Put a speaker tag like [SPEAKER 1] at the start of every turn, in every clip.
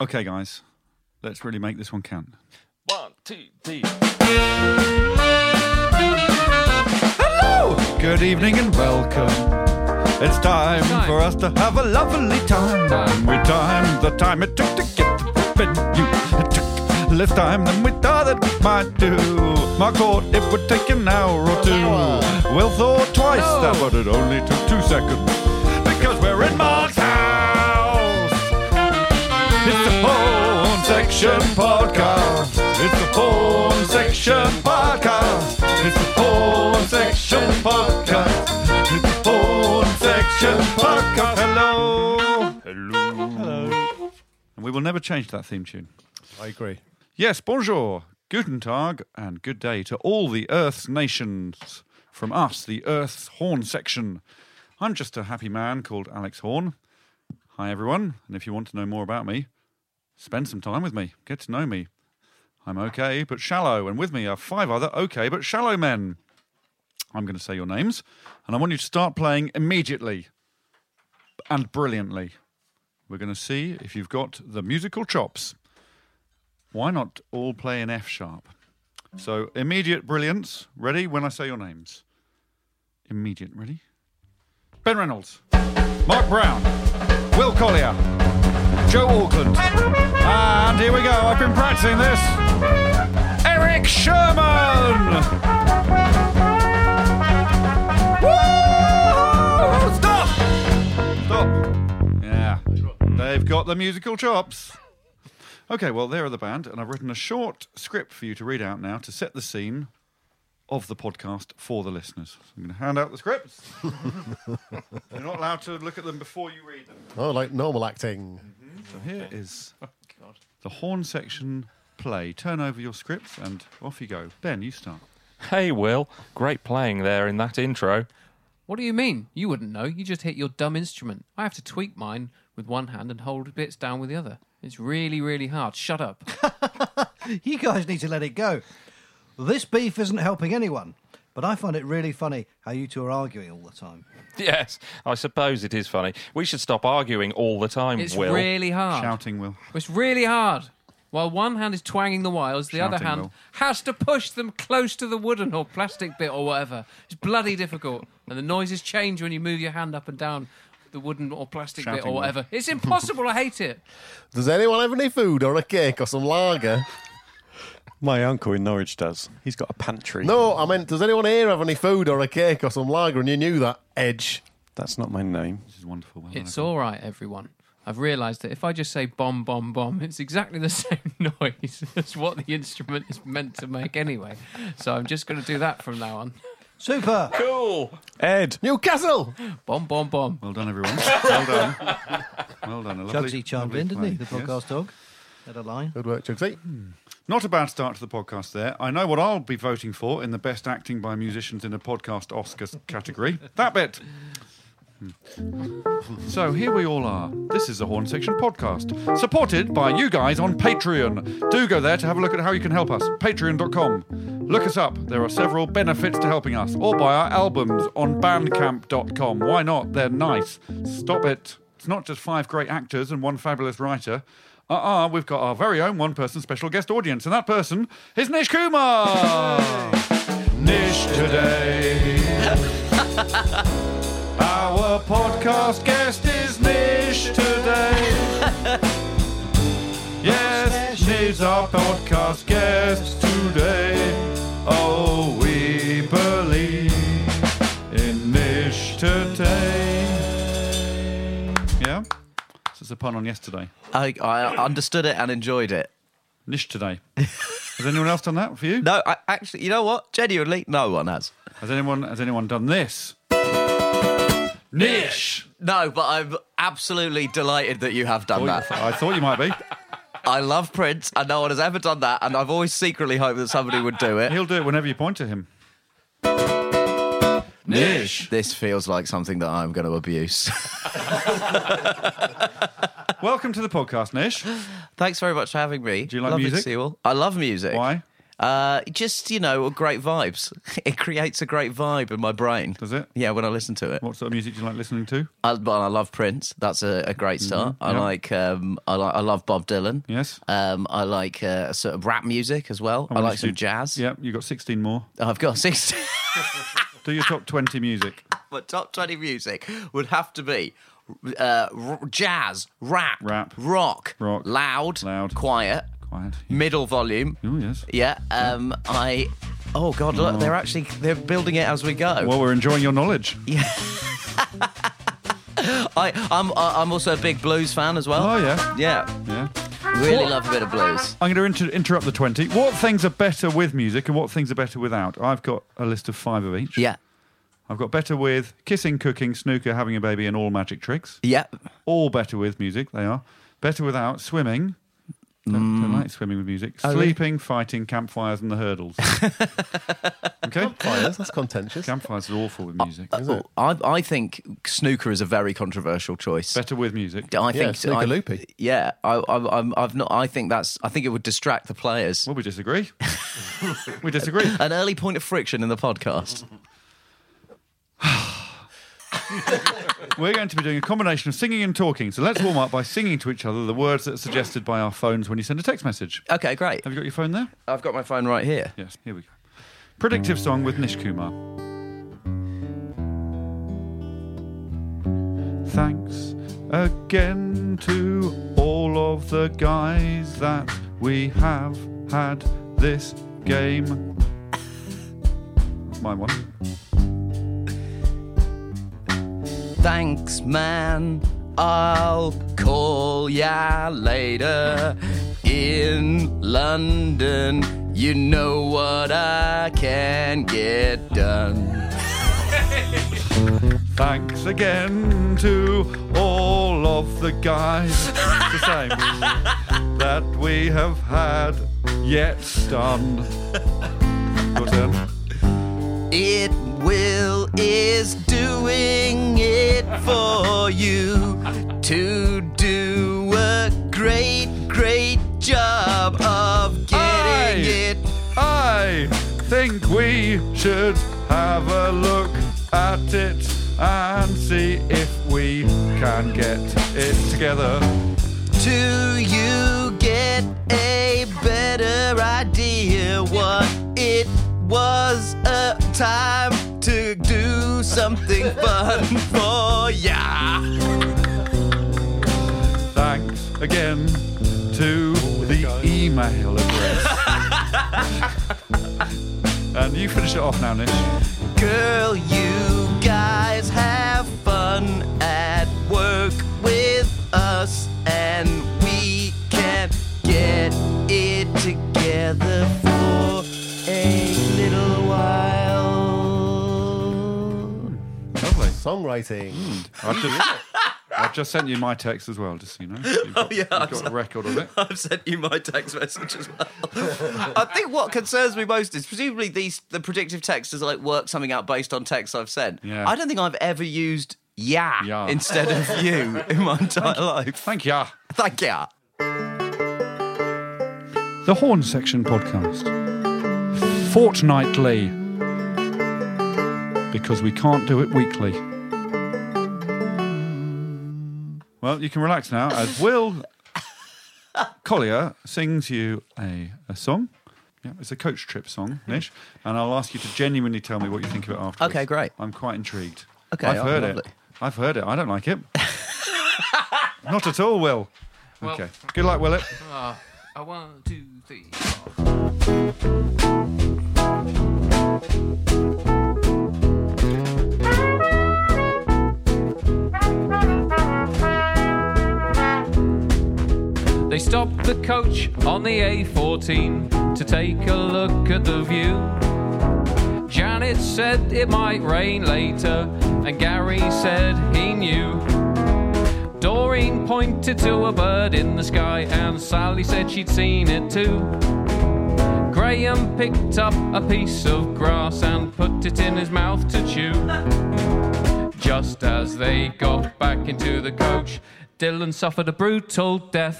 [SPEAKER 1] Okay, guys, let's really make this one count.
[SPEAKER 2] One, two, three.
[SPEAKER 1] Hello! Good evening and welcome. It's time,
[SPEAKER 3] time.
[SPEAKER 1] for us to have a lovely time.
[SPEAKER 3] Time.
[SPEAKER 1] We timed the time it took to get to the venue. It took less time than we thought it might do. Mark thought it would take an hour or two. Will thought twice
[SPEAKER 3] No.
[SPEAKER 1] that, but it only took two seconds. Because we're in Mark's house. It's the Porn Section Podcast. It's the Porn Section Podcast. It's the Porn Section Podcast. It's the Porn Section Podcast. Hello. Hello. Hello. And we will never change that theme tune.
[SPEAKER 4] I agree.
[SPEAKER 1] Yes, bonjour, guten tag, and good day to all the Earth's nations. From us, the Earth's Horn section. I'm just a happy man called Alex Horn. Hi, everyone, and if you want to know more about me, spend some time with me, get to know me. I'm okay but shallow, and with me are five other okay but shallow men. I'm going to say your names, and I want you to start playing immediately and brilliantly. We're going to see if you've got the musical chops why not all play in F sharp? So immediate brilliance. Ready when I say your names. Immediate. Ready? Ben Reynolds, Mark Brown, Will Collier, Joe Auckland, and here we go. I've been practicing this. Eric Sherman. Woo! Stop! Stop. Yeah. They've got the musical chops. Okay, well, there are the band, and I've written a short script for you to read out now to set the scene of the podcast for the listeners. So I'm going to hand out the scripts. You're not allowed to look at them before you read them.
[SPEAKER 4] Oh, like normal acting.
[SPEAKER 1] So here is the horn section play. Turn over your scripts and off you go. Ben, you start.
[SPEAKER 2] Hey, Will. Great playing there in that intro.
[SPEAKER 3] What do you mean? You wouldn't know. You just hit your dumb instrument. I have to tweak mine with one hand and hold bits down with the other. It's really, really hard. Shut up.
[SPEAKER 5] You guys need to let it go. This beef isn't helping anyone, but I find it really funny how you two are arguing all the time.
[SPEAKER 2] Yes, I suppose it is funny. We should stop arguing all the time,
[SPEAKER 3] It's
[SPEAKER 2] Will.
[SPEAKER 3] really
[SPEAKER 5] Ah.
[SPEAKER 3] hard.
[SPEAKER 1] Shouting, Will.
[SPEAKER 3] It's really hard. While one hand is twanging the wires, the other
[SPEAKER 1] Shouting
[SPEAKER 3] hand
[SPEAKER 1] will.
[SPEAKER 3] has to push them close to the wooden or plastic bit or whatever. It's bloody difficult. And the noises change when you move your hand up and down the wooden or plastic bit
[SPEAKER 1] Shouting
[SPEAKER 3] or
[SPEAKER 1] will.
[SPEAKER 3] whatever. It's impossible. I hate it.
[SPEAKER 4] Does anyone have any food or a cake or some lager?
[SPEAKER 6] My uncle in Norwich does. He's got a pantry.
[SPEAKER 4] No, I meant, does anyone here have any food or a cake or some lager? And you knew that, Edge.
[SPEAKER 6] That's not my name.
[SPEAKER 1] This is wonderful. Well
[SPEAKER 3] It's
[SPEAKER 1] done,
[SPEAKER 3] all right, everyone. I've realised that if I just say bomb, bomb, bomb, it's exactly the same noise as what the instrument is meant to make anyway. So I'm just going to do that from now on.
[SPEAKER 5] Super!
[SPEAKER 2] Cool.
[SPEAKER 6] Ed.
[SPEAKER 4] Newcastle!
[SPEAKER 3] Bomb, bomb, bomb.
[SPEAKER 1] Well done, everyone. well done. Well done. A lovely-
[SPEAKER 5] Chugsy chimed
[SPEAKER 1] lovely
[SPEAKER 5] in, didn't he? The
[SPEAKER 1] play. Yes.
[SPEAKER 5] podcast dog. Had a line.
[SPEAKER 4] Good work, Chugsy.
[SPEAKER 1] Not a bad start to the podcast there. I know what I'll be voting for in the best acting by musicians in a podcast Oscars category. That bit. So here we all are. This is the Horn Section podcast, supported by you guys on Patreon. Do go there to have a look at how you can help us. Patreon.com. Look us up. There are several benefits to helping us, or buy our albums on Bandcamp.com. Why not? They're nice. Stop it. It's not just five great actors and one fabulous writer. Uh uh-uh, uh, we have got our very own one person special guest audience, and that person is Nish Kumar. Nish today. Our podcast guest is Nish today. yes, Nish is our podcast guest today. Oh, we believe in Nish today. Yeah? So it's a pun on yesterday.
[SPEAKER 7] I, I understood it and enjoyed it.
[SPEAKER 1] Nish today. Has anyone else done that for you?
[SPEAKER 7] No, I actually, you know what? Genuinely, no one has.
[SPEAKER 1] Has anyone has anyone done this? Nish!
[SPEAKER 7] No, but I'm absolutely delighted that you have done that.
[SPEAKER 1] I thought you might be.
[SPEAKER 7] I love Prince, and no one has ever done that, and I've always secretly hoped that somebody would do it.
[SPEAKER 1] He'll do it whenever you point to him. Nish.
[SPEAKER 7] This feels like something that I'm going to abuse.
[SPEAKER 1] Welcome to the podcast, Nish.
[SPEAKER 7] Thanks very much for having me.
[SPEAKER 1] Do you like
[SPEAKER 7] Lovely
[SPEAKER 1] music?
[SPEAKER 7] To see you all. I love music.
[SPEAKER 1] Why?
[SPEAKER 7] Uh, just you know, great vibes. It creates a great vibe in my brain.
[SPEAKER 1] Does it?
[SPEAKER 7] Yeah, when I listen to it.
[SPEAKER 1] What sort of music do you like listening to?
[SPEAKER 7] I, well, I love Prince. That's a, a great start. I
[SPEAKER 1] Mm-hmm. yeah.
[SPEAKER 7] like. Um, I like. I love Bob Dylan.
[SPEAKER 1] Yes.
[SPEAKER 7] Um, I like uh, sort of rap music as well. I,
[SPEAKER 1] wanna
[SPEAKER 7] like some
[SPEAKER 1] do-
[SPEAKER 7] jazz.
[SPEAKER 1] Yep, you got 16 more.
[SPEAKER 7] I've got six.
[SPEAKER 1] Do your top 20 music.
[SPEAKER 7] my top 20 music would have to be uh, r- jazz, rap,
[SPEAKER 1] Rap.
[SPEAKER 7] rock,
[SPEAKER 1] Rock.
[SPEAKER 7] loud,
[SPEAKER 1] Loud.
[SPEAKER 7] quiet,
[SPEAKER 1] Quiet.
[SPEAKER 7] middle volume.
[SPEAKER 1] Oh, yes.
[SPEAKER 7] Yeah. Um, I. Oh God! Look, they're actually they're building it as we go.
[SPEAKER 1] Well, we're enjoying your knowledge.
[SPEAKER 7] I, I'm I- I'm also a big blues fan as well.
[SPEAKER 1] Oh, yeah.
[SPEAKER 7] Yeah,
[SPEAKER 1] Yeah.
[SPEAKER 7] really love a bit of blues.
[SPEAKER 1] I'm going to inter- interrupt the 20. What things are better with music and what things are better without? I've got a list of five of each.
[SPEAKER 7] Yeah,
[SPEAKER 1] I've got better with kissing, cooking, snooker, having a baby, and all magic tricks.
[SPEAKER 7] yeah.
[SPEAKER 1] All better with music, they are. Better without swimming. Don't, don't like swimming with music. Sleeping, fighting, campfires, and the hurdles. okay?
[SPEAKER 4] Fires, that's contentious.
[SPEAKER 1] Campfires are awful with music.
[SPEAKER 7] Oh, I I think snooker is a very controversial choice.
[SPEAKER 1] Better with music.
[SPEAKER 7] I
[SPEAKER 4] Yeah,
[SPEAKER 7] think
[SPEAKER 4] snooker
[SPEAKER 7] I,
[SPEAKER 4] loopy.
[SPEAKER 7] Yeah, I, I, I'm, I've not. I think that's. I think it would distract the players.
[SPEAKER 1] Well, we disagree. we disagree.
[SPEAKER 7] An early point of friction in the podcast.
[SPEAKER 1] We're going to be doing a combination of singing and talking. So let's warm up by singing to each other the words that are suggested by our phones when you send a text message.
[SPEAKER 7] Okay, great.
[SPEAKER 1] Have you got your phone there?
[SPEAKER 7] I've got my phone right here.
[SPEAKER 1] Yes, here we go. Predictive song with Nish Kumar. Thanks again to all of the guys that we have had this game. That's my one.
[SPEAKER 7] Thanks, man. I'll call ya later. In London, you know what I can get done.
[SPEAKER 1] Thanks again to all of the guys. It's the same. that we have had yet done. Your turn.
[SPEAKER 7] It will is doing it for you to do a great, great job of getting
[SPEAKER 1] Aye.
[SPEAKER 7] it.
[SPEAKER 1] I think we should have a look at it and see if we can get it together.
[SPEAKER 7] Do you get a better idea what it was a time to do something fun for ya?
[SPEAKER 1] Thanks again to the email address. and you finish it off now, Nish.
[SPEAKER 7] Girl, you guys have fun at work with us and we can get it together for a little while.
[SPEAKER 1] Lovely.
[SPEAKER 4] Songwriting.
[SPEAKER 1] I've just, I've just sent you my text as well, just so you know. You've got,
[SPEAKER 7] Oh, yeah,
[SPEAKER 1] you've
[SPEAKER 7] I'm
[SPEAKER 1] got a record of it.
[SPEAKER 7] I've sent you my text message as well. I think what concerns me most is presumably these the predictive text has like worked something out based on texts I've sent.
[SPEAKER 1] Yeah.
[SPEAKER 7] I don't think I've ever used yeah,
[SPEAKER 1] Yeah.
[SPEAKER 7] instead of you in my entire life.
[SPEAKER 1] Thank ya.
[SPEAKER 7] Thank ya.
[SPEAKER 1] The Horn Section Podcast. Fortnightly. Because we can't do it weekly. Well, you can relax now as Will Collier sings you a, a song. Yeah, it's a coach trip song, Nish. And I'll ask you to genuinely tell me what you think of it afterwards.
[SPEAKER 7] Mm-hmm. Okay, great.
[SPEAKER 1] I'm quite intrigued.
[SPEAKER 7] Okay,
[SPEAKER 1] I've
[SPEAKER 7] oh,
[SPEAKER 1] heard it.
[SPEAKER 7] lovely.
[SPEAKER 1] I've heard it. I don't like it. Not at all, Will.
[SPEAKER 3] Well-
[SPEAKER 1] Okay. Good luck, Will.
[SPEAKER 3] Ah, a one, two, three. They stopped the coach on the A14 to take a look at the view. Janet said it might rain later, and Gary said he knew. Doreen pointed to a bird in the sky, and Sally said she'd seen it too. Graham picked up a piece of grass and put it in his mouth to chew. Just as they got back into the coach, Dylan suffered a brutal death.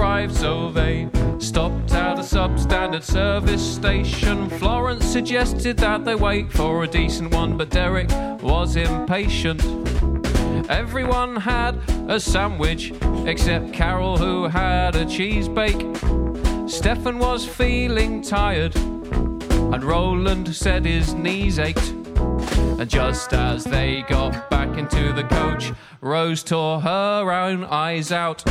[SPEAKER 3] drive, so they stopped at a substandard service station. Florence suggested that they wait for a decent one, but Derek was impatient. Everyone had a sandwich except Carol, who had a cheese bake. Stefan was feeling tired, and Roland said his knees ached. And just as they got back into the coach, Rose tore her own eyes out.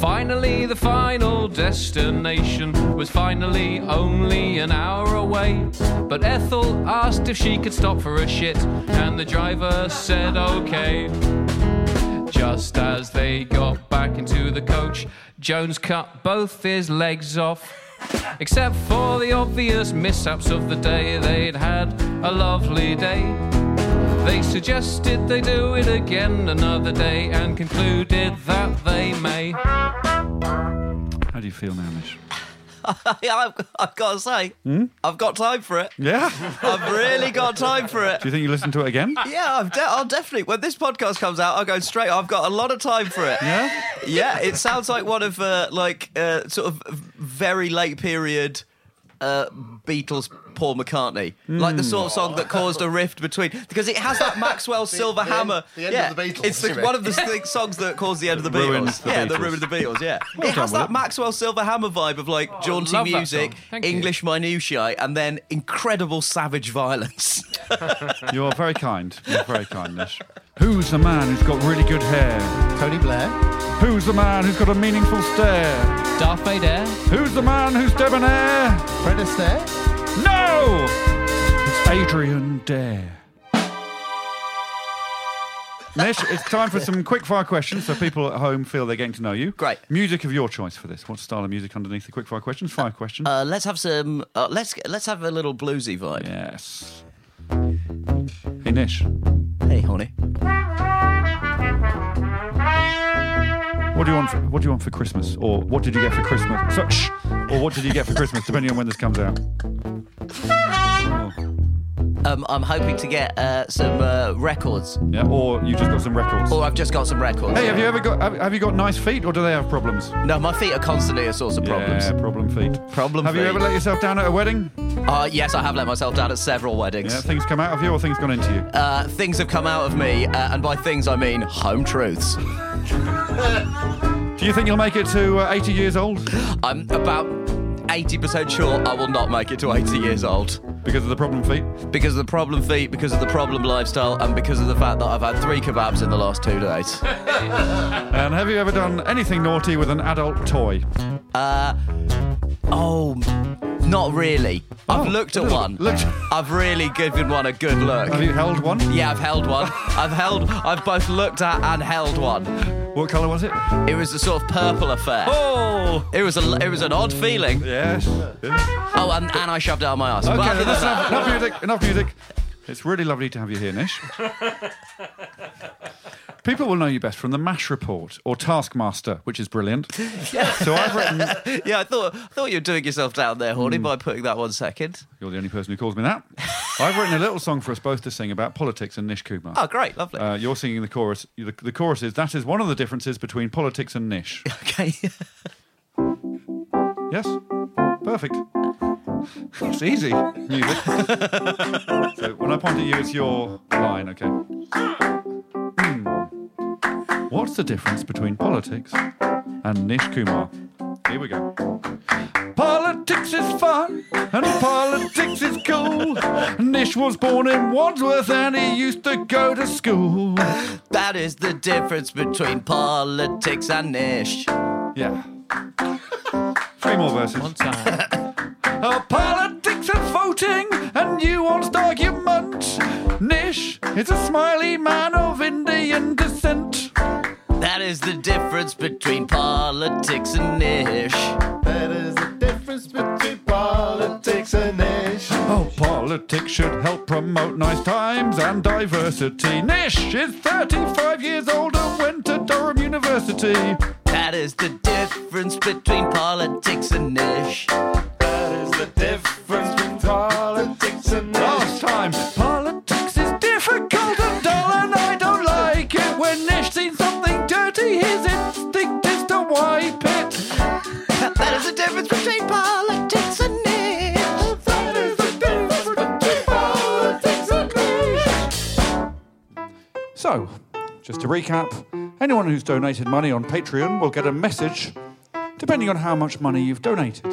[SPEAKER 3] Finally, the final destination was finally only an hour away. But Ethel asked if she could stop for a shit, and the driver said okay. Just as they got back into the coach, Jones cut both his legs off. Except for the obvious mishaps of the day, they'd had a lovely day. They suggested they do it again another day and concluded that they may.
[SPEAKER 1] How do you feel now, Mish?
[SPEAKER 7] Yeah, I've, I've got to say, I've got time for it.
[SPEAKER 1] Yeah.
[SPEAKER 7] I've really got time for it.
[SPEAKER 1] Do you think you listen to it again?
[SPEAKER 7] Yeah, I've de- I'll definitely. When this podcast comes out, I'll go straight. I've got a lot of time for it.
[SPEAKER 1] Yeah.
[SPEAKER 7] yeah, it sounds like one of uh, like uh, sort of very late period uh, Beatles Paul McCartney, like the sort of song that caused a rift between because it has that Maxwell Silver
[SPEAKER 4] the
[SPEAKER 7] Hammer.
[SPEAKER 4] end- the end
[SPEAKER 7] yeah,
[SPEAKER 4] of the Beatles,
[SPEAKER 7] It's the,
[SPEAKER 4] isn't it?
[SPEAKER 7] one of the thing- songs that caused the end of the
[SPEAKER 1] Ruined
[SPEAKER 7] Beatles.
[SPEAKER 1] the
[SPEAKER 7] yeah, the
[SPEAKER 1] Beatles.
[SPEAKER 7] ruined the Beatles. Yeah, it has
[SPEAKER 1] done
[SPEAKER 7] that
[SPEAKER 1] with it.
[SPEAKER 7] Maxwell Silver Hammer vibe of like jaunty
[SPEAKER 3] Oh, love that
[SPEAKER 7] music,
[SPEAKER 3] song. Thank you.
[SPEAKER 7] English minutiae, and then incredible savage violence.
[SPEAKER 1] You're very kind. You're very kind, Mish. Who's the man who's got really good hair?
[SPEAKER 4] Tony Blair.
[SPEAKER 1] Who's the man who's got a meaningful stare?
[SPEAKER 3] Darth Vader.
[SPEAKER 1] Who's the man who's debonair?
[SPEAKER 4] Fred Astaire.
[SPEAKER 1] No! It's Adrian Dare. Nish, it's time for some quickfire questions so people at home feel they're getting to know you.
[SPEAKER 7] Great.
[SPEAKER 1] Music of your choice for this. What style of music underneath the quickfire questions? Five questions.
[SPEAKER 7] Uh, let's have some. Uh, let's let's have a little bluesy vibe.
[SPEAKER 1] yes. Hey, Nish,
[SPEAKER 7] Hey, honey.
[SPEAKER 1] what do you want? For, what do you want for Christmas? Or what did you get for Christmas? So, shh, or what did you get for Christmas? Depending on when this comes out. Oh,
[SPEAKER 7] Um, I'm hoping to get uh, some uh, records,
[SPEAKER 1] yeah. Or you just got some records.
[SPEAKER 7] or I've just got some records.
[SPEAKER 1] Hey, have you ever got? Have, have you got nice feet, or do they have problems?
[SPEAKER 7] No, my feet are constantly a source of problems.
[SPEAKER 1] Yeah, problem feet.
[SPEAKER 7] Problem
[SPEAKER 1] Have you
[SPEAKER 7] feet.
[SPEAKER 1] ever let yourself down at a wedding?
[SPEAKER 7] Uh, yes, I have let myself down at several weddings.
[SPEAKER 1] Yeah, things come out of you or things gone into you?
[SPEAKER 7] Uh, things have come out of me, uh, and by things I mean home truths.
[SPEAKER 1] Do you think you'll make it to uh, 80 years old
[SPEAKER 7] I'm about 80% sure I will not make it to 80 years old.
[SPEAKER 1] because of the problem feet?
[SPEAKER 7] Because of the problem feet, because of the problem lifestyle, and because of the fact that I've had three kebabs in the last two days.
[SPEAKER 1] And have you ever done anything naughty with an adult toy?
[SPEAKER 7] Oh, not really. I've
[SPEAKER 1] Oh,
[SPEAKER 7] looked
[SPEAKER 1] a
[SPEAKER 7] at
[SPEAKER 1] little
[SPEAKER 7] one.
[SPEAKER 1] bit. Looked-
[SPEAKER 7] I've really given one a good
[SPEAKER 1] Have
[SPEAKER 7] look.
[SPEAKER 1] you held one?
[SPEAKER 7] Yeah, I've held one. I've held. I've both looked at and held one.
[SPEAKER 1] What colour was it?
[SPEAKER 7] It was a sort of purple affair.
[SPEAKER 1] Oh!
[SPEAKER 7] It was a. It was an odd feeling.
[SPEAKER 1] Yes. yes.
[SPEAKER 7] Oh, and, and I shoved it out my ass.
[SPEAKER 1] Okay,
[SPEAKER 7] But
[SPEAKER 1] well,
[SPEAKER 7] other than
[SPEAKER 1] that's
[SPEAKER 7] that-
[SPEAKER 1] enough, enough music, enough music. It's really lovely to have you here, Nish. People will know you best from the MASH report or Taskmaster, which is brilliant. So I've written,
[SPEAKER 7] yeah, I thought I thought you were doing yourself down there, Horny,
[SPEAKER 1] Hmm.
[SPEAKER 7] by putting that one second.
[SPEAKER 1] you're the only person who calls me that. I've written a little song for us both to sing about politics and Nish Kumar.
[SPEAKER 7] Oh, great, lovely.
[SPEAKER 1] Uh, you're singing the chorus. The, the chorus is that is one of the differences between politics and niche.
[SPEAKER 7] okay.
[SPEAKER 1] yes, perfect. It's easy music. so when I point at you, it's your line. Okay. Hmm. What's the difference between politics and Nish Kumar? Here we go. Politics is fun and politics is cool. Nish was born in Wandsworth and he used to go to school.
[SPEAKER 7] that is the difference between politics and niche.
[SPEAKER 1] Yeah. Three more verses.
[SPEAKER 3] One time.
[SPEAKER 1] Uh, politics and voting and nuanced argument. Nish is a smiley man of Indian descent.
[SPEAKER 7] That is the difference between politics and niche.
[SPEAKER 4] There is a difference between politics and ish.
[SPEAKER 1] Oh, politics should help promote nice times and diversity. Nish is 35 years old and went to Durham University.
[SPEAKER 7] That is the difference between politics and niche.
[SPEAKER 4] That is the difference between politics and
[SPEAKER 1] Last time, politics is difficult and dull So, just to recap, anyone who's donated money on Patreon will get a message depending on how much money you've donated.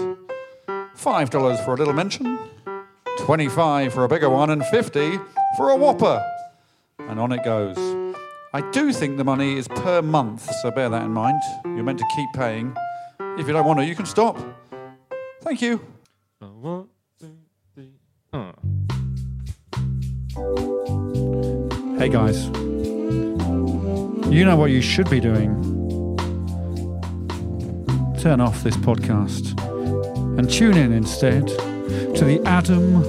[SPEAKER 1] $5 for a little mention, 25 for a bigger one, and 50 for a whopper. And on it goes. I do think the money is per month, so bear that in mind. You're meant to keep paying. If you don't want to, you can stop. Thank you. Hey guys, you know what you should be doing. Turn off this podcast and tune in instead to the Adam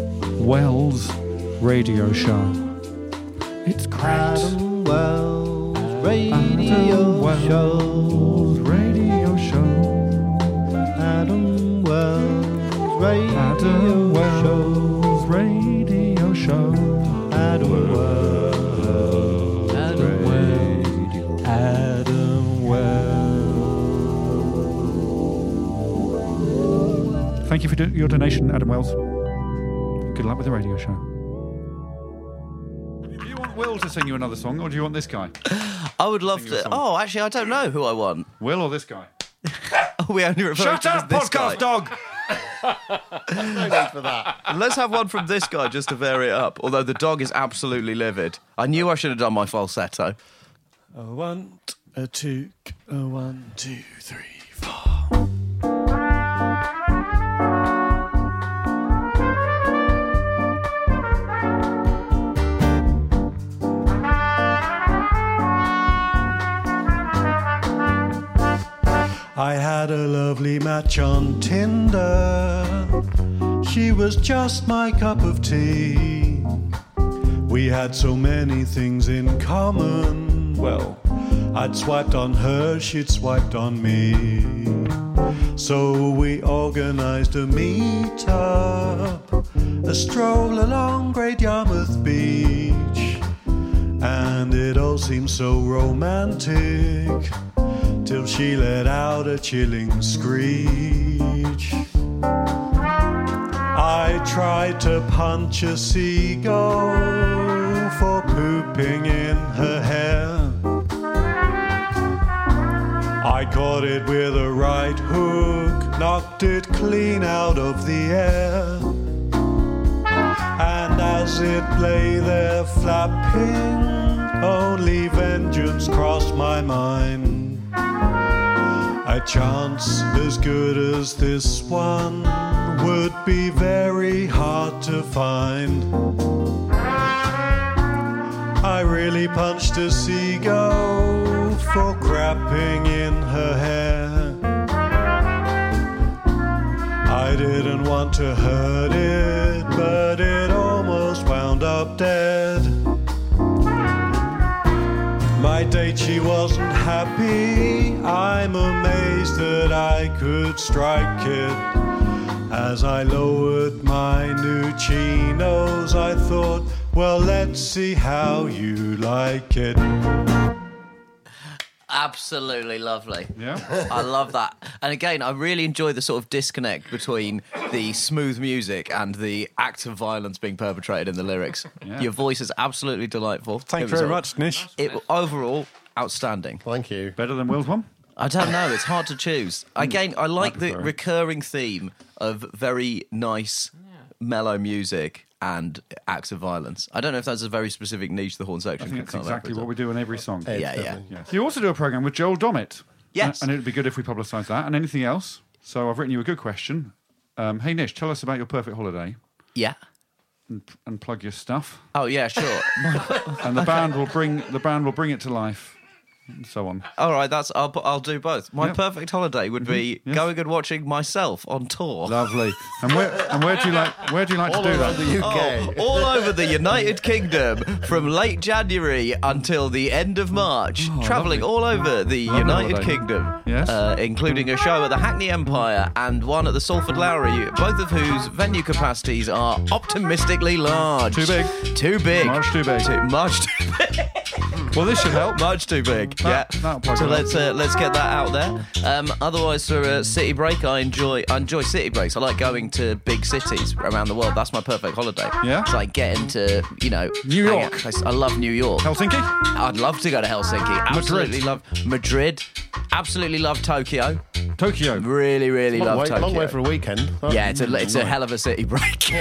[SPEAKER 1] Wells radio show. It's great.
[SPEAKER 5] Adam Wells Radio
[SPEAKER 1] Adam Wells
[SPEAKER 5] Show.
[SPEAKER 1] radio show.
[SPEAKER 5] Adam Wells Radio
[SPEAKER 1] Adam
[SPEAKER 5] Show.
[SPEAKER 1] Wells radio show.
[SPEAKER 5] Adam Wells. Adam Wells. Adam Wells.
[SPEAKER 1] Thank you for do- your donation, Adam Wells. Good luck with the radio show. Do you want Will to sing you another song, or do you want this guy?
[SPEAKER 7] I would love
[SPEAKER 1] Sing you a
[SPEAKER 7] to.
[SPEAKER 1] song.
[SPEAKER 7] Oh, actually, I don't know who I want.
[SPEAKER 1] Will or this guy?
[SPEAKER 7] We only refer
[SPEAKER 1] Shut
[SPEAKER 7] to
[SPEAKER 1] up,
[SPEAKER 7] this guy.
[SPEAKER 1] podcast dog!
[SPEAKER 4] for that.
[SPEAKER 7] Let's have one from this guy just to vary it up. Although the dog is absolutely livid. I knew I should have done my falsetto.
[SPEAKER 6] A one, a two, a one, two, three, four. I had a lovely match on Tinder. She was just my cup of tea. We had so many things in common. Well, I'd swiped on her, she'd swiped on me. So we organized a meetup, a stroll along Great Yarmouth Beach. And it all seemed so romantic till she let out a chilling screech. I tried to punch a seagull for pooping in her hair. I caught it with a right hook, knocked it clean out of the air. And as it lay there flapping, only vengeance crossed my mind. A chance as good as this one would be very hard to find. I really punched a seagull for crapping in her hair. I didn't want to hurt it, but it almost wound up dead. My date, she wasn't happy. I'm amazed that I could strike it. As I lowered my new chinos, I thought, well, let's see how you like it.
[SPEAKER 7] Absolutely lovely.
[SPEAKER 1] Yeah.
[SPEAKER 7] I love that. And again, I really enjoy the sort of disconnect between the smooth music and the act of violence being perpetrated in the lyrics.
[SPEAKER 1] Yeah.
[SPEAKER 7] Your voice is absolutely delightful. It
[SPEAKER 6] Thank you
[SPEAKER 7] was
[SPEAKER 6] very
[SPEAKER 7] all-
[SPEAKER 6] much, Nish.
[SPEAKER 7] It overall outstanding.
[SPEAKER 4] Thank you.
[SPEAKER 1] Better than Will's one?
[SPEAKER 7] I don't know. It's hard to choose. Again, I like the
[SPEAKER 1] prefer it.
[SPEAKER 7] recurring theme of very nice, mellow music and acts of violence. I don't know if that's a very specific niche the horn section.
[SPEAKER 1] I think
[SPEAKER 7] can
[SPEAKER 1] that's
[SPEAKER 7] come up
[SPEAKER 1] exactly
[SPEAKER 7] with.
[SPEAKER 1] what we do in every song.
[SPEAKER 7] Yeah, yeah.
[SPEAKER 1] Yes. You also do a program with Joel Dommett.
[SPEAKER 7] Yes.
[SPEAKER 1] Uh, And it would be good if we publicised that. And anything else? So I've written you a good question. Um, hey, Nish, tell us about your perfect holiday
[SPEAKER 7] Yeah.
[SPEAKER 1] and plug your stuff.
[SPEAKER 7] Oh yeah, sure.
[SPEAKER 1] And the band will bring the band will bring it to life. And so on.
[SPEAKER 7] All right, that's I'll I'll do both. My
[SPEAKER 1] Yeah. Mm-hmm.
[SPEAKER 7] perfect holiday would be
[SPEAKER 1] yes.
[SPEAKER 7] going and watching myself on tour.
[SPEAKER 1] Lovely. And where and where do you like where do you like
[SPEAKER 4] All
[SPEAKER 1] to do
[SPEAKER 4] around
[SPEAKER 1] that?
[SPEAKER 4] the
[SPEAKER 7] Oh,
[SPEAKER 4] UK.
[SPEAKER 7] all over the United Kingdom from late January until the end of March,
[SPEAKER 1] Oh,
[SPEAKER 7] traveling all over the United
[SPEAKER 1] holiday.
[SPEAKER 7] Kingdom,
[SPEAKER 1] Yes.
[SPEAKER 7] uh, including a show at the Hackney Empire and one at the Salford Lowry, both of whose venue capacities are optimistically large.
[SPEAKER 1] Too big.
[SPEAKER 7] Too big.
[SPEAKER 1] Much too big.
[SPEAKER 7] Too much. Too big.
[SPEAKER 1] Well, this should help.
[SPEAKER 7] Much too big.
[SPEAKER 1] That-
[SPEAKER 7] yeah.
[SPEAKER 1] that'll plug
[SPEAKER 7] so
[SPEAKER 1] it up.
[SPEAKER 7] let's uh, let's get that out there. Um, otherwise, for a city break, I enjoy I enjoy city breaks. I like going to big cities around the world. That's my perfect holiday.
[SPEAKER 1] Yeah?
[SPEAKER 7] It's like getting to you know
[SPEAKER 1] New
[SPEAKER 7] hang
[SPEAKER 1] York.
[SPEAKER 7] out. I, I love New York.
[SPEAKER 1] Helsinki?
[SPEAKER 7] I'd love to go to Helsinki. Absolutely love Madrid. Absolutely love Tokyo.
[SPEAKER 1] Tokyo.
[SPEAKER 7] Really, really
[SPEAKER 4] Long
[SPEAKER 7] love
[SPEAKER 4] way,
[SPEAKER 7] Tokyo.
[SPEAKER 4] long way for a weekend.
[SPEAKER 7] Yeah, it's a, it's a hell of a city break.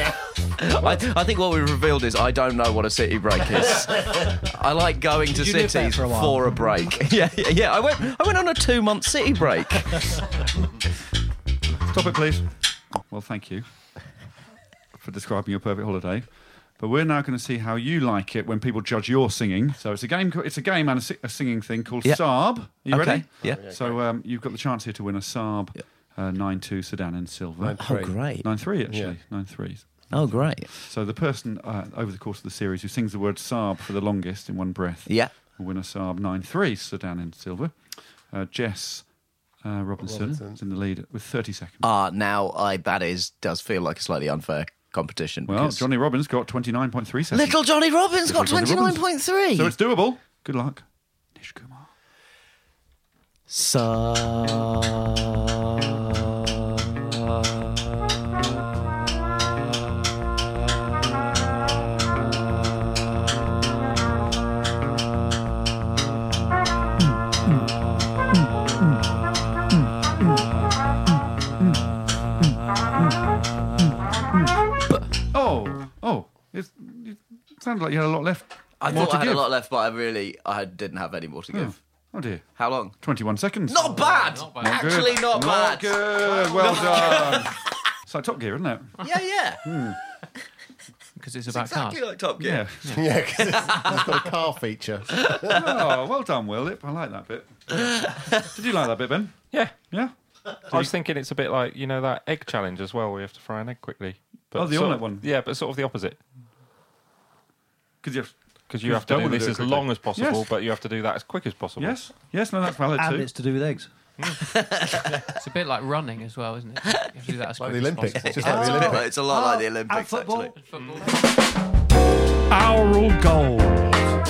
[SPEAKER 7] I, I think what we've revealed is I don't know what a city break is. I like going to
[SPEAKER 5] you live there
[SPEAKER 7] cities
[SPEAKER 5] for a while?
[SPEAKER 7] a break. yeah, yeah, yeah. I went, I went on a two month city break.
[SPEAKER 1] Stop it, please. Well, thank you for describing your perfect holiday. But we're now going to see how you like it when people judge your singing. So it's a game. co- It's a game and a, si- a singing thing called
[SPEAKER 7] Yeah.
[SPEAKER 1] Saab. Are you
[SPEAKER 7] Okay,
[SPEAKER 1] ready?
[SPEAKER 7] yeah.
[SPEAKER 1] So um, you've got the chance here to win a Saab uh, nine two sedan in silver.
[SPEAKER 7] Oh, great.
[SPEAKER 1] Nine three actually. Nine three.
[SPEAKER 7] Oh, great.
[SPEAKER 1] So the person uh, over the course of the series who sings the word Saab for the longest in one breath
[SPEAKER 7] Yeah.
[SPEAKER 1] will win a Saab 9-3 sedan in silver. Uh, Jess uh, Robinson, is in the lead with 30 seconds.
[SPEAKER 7] Ah, now I that is does feel like a slightly unfair competition.
[SPEAKER 1] well,
[SPEAKER 7] because-
[SPEAKER 1] Johnny Robbins got 29.3 seconds.
[SPEAKER 7] Little Johnny Robbins got
[SPEAKER 1] Little
[SPEAKER 7] twenty
[SPEAKER 1] Johnny
[SPEAKER 7] nine
[SPEAKER 1] Robbins.
[SPEAKER 7] point three.
[SPEAKER 1] So it's doable. Good luck. Nish Kumar. Oh, oh, it's, it sounded like you had a lot left.
[SPEAKER 7] I
[SPEAKER 1] more to
[SPEAKER 7] thought Hmm. I had
[SPEAKER 1] give.
[SPEAKER 7] a lot left, but I really I didn't have any more to give.
[SPEAKER 1] Oh dear.
[SPEAKER 7] How long?
[SPEAKER 1] 21 seconds.
[SPEAKER 7] Not bad.
[SPEAKER 1] Not good.
[SPEAKER 7] Actually, not bad.
[SPEAKER 1] Not good. Well done. it's like Top Gear, isn't it?
[SPEAKER 7] Yeah, yeah.
[SPEAKER 3] Because it's about
[SPEAKER 7] Exactly
[SPEAKER 3] cars.
[SPEAKER 7] like Top Gear.
[SPEAKER 1] Yeah.
[SPEAKER 4] Yeah, 'cause it's, it's got a car feature.
[SPEAKER 1] oh, well done, Willip. I like that bit. Did you like that bit, Ben?
[SPEAKER 2] Yeah.
[SPEAKER 1] Yeah.
[SPEAKER 2] I was thinking it's a bit like, you know, that egg challenge as well, where you have to fry an egg quickly. But
[SPEAKER 1] Oh, the
[SPEAKER 2] sort
[SPEAKER 1] omelette
[SPEAKER 2] of-
[SPEAKER 1] one.
[SPEAKER 2] Yeah, but sort of the opposite.
[SPEAKER 1] Because you. Have...
[SPEAKER 2] Because you
[SPEAKER 1] You
[SPEAKER 2] have to
[SPEAKER 1] don't
[SPEAKER 2] do
[SPEAKER 1] wanna
[SPEAKER 2] this
[SPEAKER 1] do it
[SPEAKER 2] as
[SPEAKER 1] quickly.
[SPEAKER 2] long as possible,
[SPEAKER 1] Yes.
[SPEAKER 2] but you have to do that as quick as possible.
[SPEAKER 1] Yes. Yes. No, that's valid
[SPEAKER 5] And
[SPEAKER 1] too.
[SPEAKER 5] it's to do with eggs.
[SPEAKER 3] It's a bit like running as well, isn't it? You have to do that as
[SPEAKER 4] Like the
[SPEAKER 3] quick as
[SPEAKER 4] Olympics.
[SPEAKER 3] possible.
[SPEAKER 4] It's just like the
[SPEAKER 7] It's a bit
[SPEAKER 4] Olympics.
[SPEAKER 7] like- It's a lot like the
[SPEAKER 5] Oh, and
[SPEAKER 7] Olympics,
[SPEAKER 5] football.
[SPEAKER 7] actually.
[SPEAKER 1] Aural gold.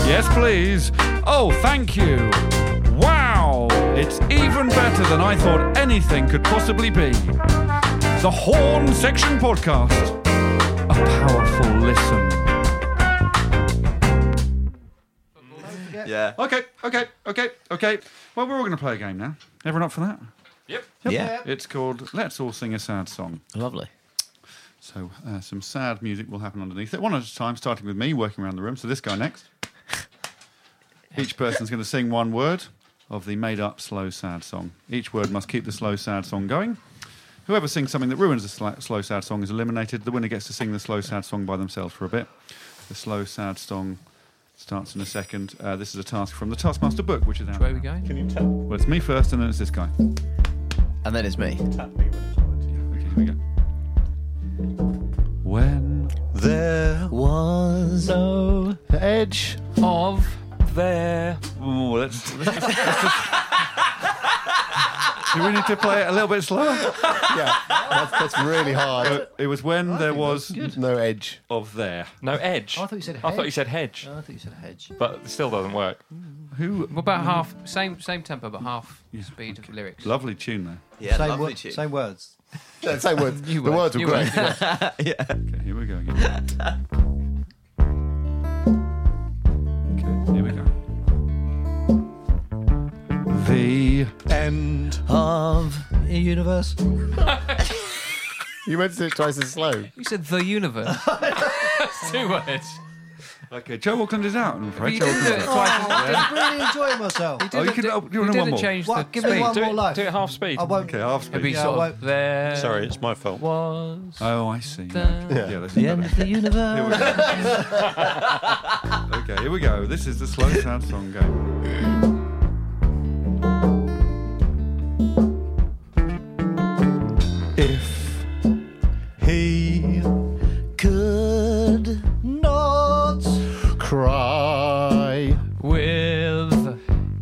[SPEAKER 1] Yes, please. Oh, thank you. Wow. It's even better than I thought anything could possibly be. The Horn Section Podcast. A powerful listen.
[SPEAKER 7] Yeah.
[SPEAKER 1] Okay, okay, okay, okay. Well, we're all going to play a game now. Everyone up for that?
[SPEAKER 7] Yeah.
[SPEAKER 1] It's called Let's All Sing a Sad Song.
[SPEAKER 7] Lovely.
[SPEAKER 1] So, uh, some sad music will happen underneath it, one at a time, starting with me working around the room. So, this guy next. Each person's going to sing one word of the made up slow sad song. Each word must keep the slow sad song going. Whoever sings something that ruins the sli- slow sad song is eliminated. The winner gets to sing the slow sad song by themselves for a bit. The slow sad song starts in a second. Uh, this is a task from the Taskmaster book, which is out.
[SPEAKER 3] Where are we going?
[SPEAKER 1] Well, it's me first, and then it's this guy.
[SPEAKER 7] And then it's me.
[SPEAKER 1] Okay, here we go. When
[SPEAKER 6] There
[SPEAKER 7] Was
[SPEAKER 3] So
[SPEAKER 4] Edge.
[SPEAKER 3] of
[SPEAKER 2] There.
[SPEAKER 1] Oh, let's. let's just- let's just- Do we need to play it a little bit slower?
[SPEAKER 4] Yeah, that's, that's really hard.
[SPEAKER 1] It was when there was
[SPEAKER 4] No edge.
[SPEAKER 1] of there.
[SPEAKER 2] No, edge.
[SPEAKER 5] Oh, I thought you said
[SPEAKER 2] I thought you
[SPEAKER 5] hedge.
[SPEAKER 2] said hedge,
[SPEAKER 5] I thought you said hedge.
[SPEAKER 2] but it still doesn't work.
[SPEAKER 1] Who?
[SPEAKER 3] what about half same same tempo but half speed of lyrics.
[SPEAKER 1] Lovely tune there.
[SPEAKER 7] yeah,
[SPEAKER 5] same,
[SPEAKER 7] lovely
[SPEAKER 5] wo-
[SPEAKER 7] tune.
[SPEAKER 5] same words.
[SPEAKER 4] No, same words.
[SPEAKER 3] New
[SPEAKER 4] the words were
[SPEAKER 3] New
[SPEAKER 4] great.
[SPEAKER 3] words.
[SPEAKER 1] Okay, here we go again. Okay, here we go. The
[SPEAKER 6] end.
[SPEAKER 7] Of
[SPEAKER 5] Universe.
[SPEAKER 4] You went to do it twice as slow.
[SPEAKER 3] You said the universe. It's two words.
[SPEAKER 1] okay, Joe Auckland is out. I'm
[SPEAKER 3] But
[SPEAKER 1] afraid.
[SPEAKER 3] you
[SPEAKER 1] Joe
[SPEAKER 3] didn't do
[SPEAKER 1] Auckland's
[SPEAKER 3] it
[SPEAKER 1] out.
[SPEAKER 3] twice.
[SPEAKER 5] Oh, I'm just really enjoying myself.
[SPEAKER 1] Oh, you can. oh, do you
[SPEAKER 3] You
[SPEAKER 1] want one
[SPEAKER 3] didn't
[SPEAKER 1] more?
[SPEAKER 3] change the
[SPEAKER 5] What? Give me
[SPEAKER 3] speed.
[SPEAKER 5] one
[SPEAKER 2] Do
[SPEAKER 5] more
[SPEAKER 2] it,
[SPEAKER 5] life.
[SPEAKER 2] do it half speed.
[SPEAKER 5] I won't.
[SPEAKER 1] Okay, half
[SPEAKER 3] It'd be
[SPEAKER 1] speed.
[SPEAKER 5] Yeah,
[SPEAKER 3] sort
[SPEAKER 5] I
[SPEAKER 3] of
[SPEAKER 5] won't-
[SPEAKER 3] there.
[SPEAKER 8] Sorry, it's my fault.
[SPEAKER 3] Was
[SPEAKER 1] Oh, I see. Yeah,
[SPEAKER 3] the
[SPEAKER 1] that's better.
[SPEAKER 5] the universe.
[SPEAKER 1] Here we go. okay, here we go. This is the slow sad song game.
[SPEAKER 6] If he
[SPEAKER 7] could
[SPEAKER 5] Not
[SPEAKER 4] Cry.
[SPEAKER 3] with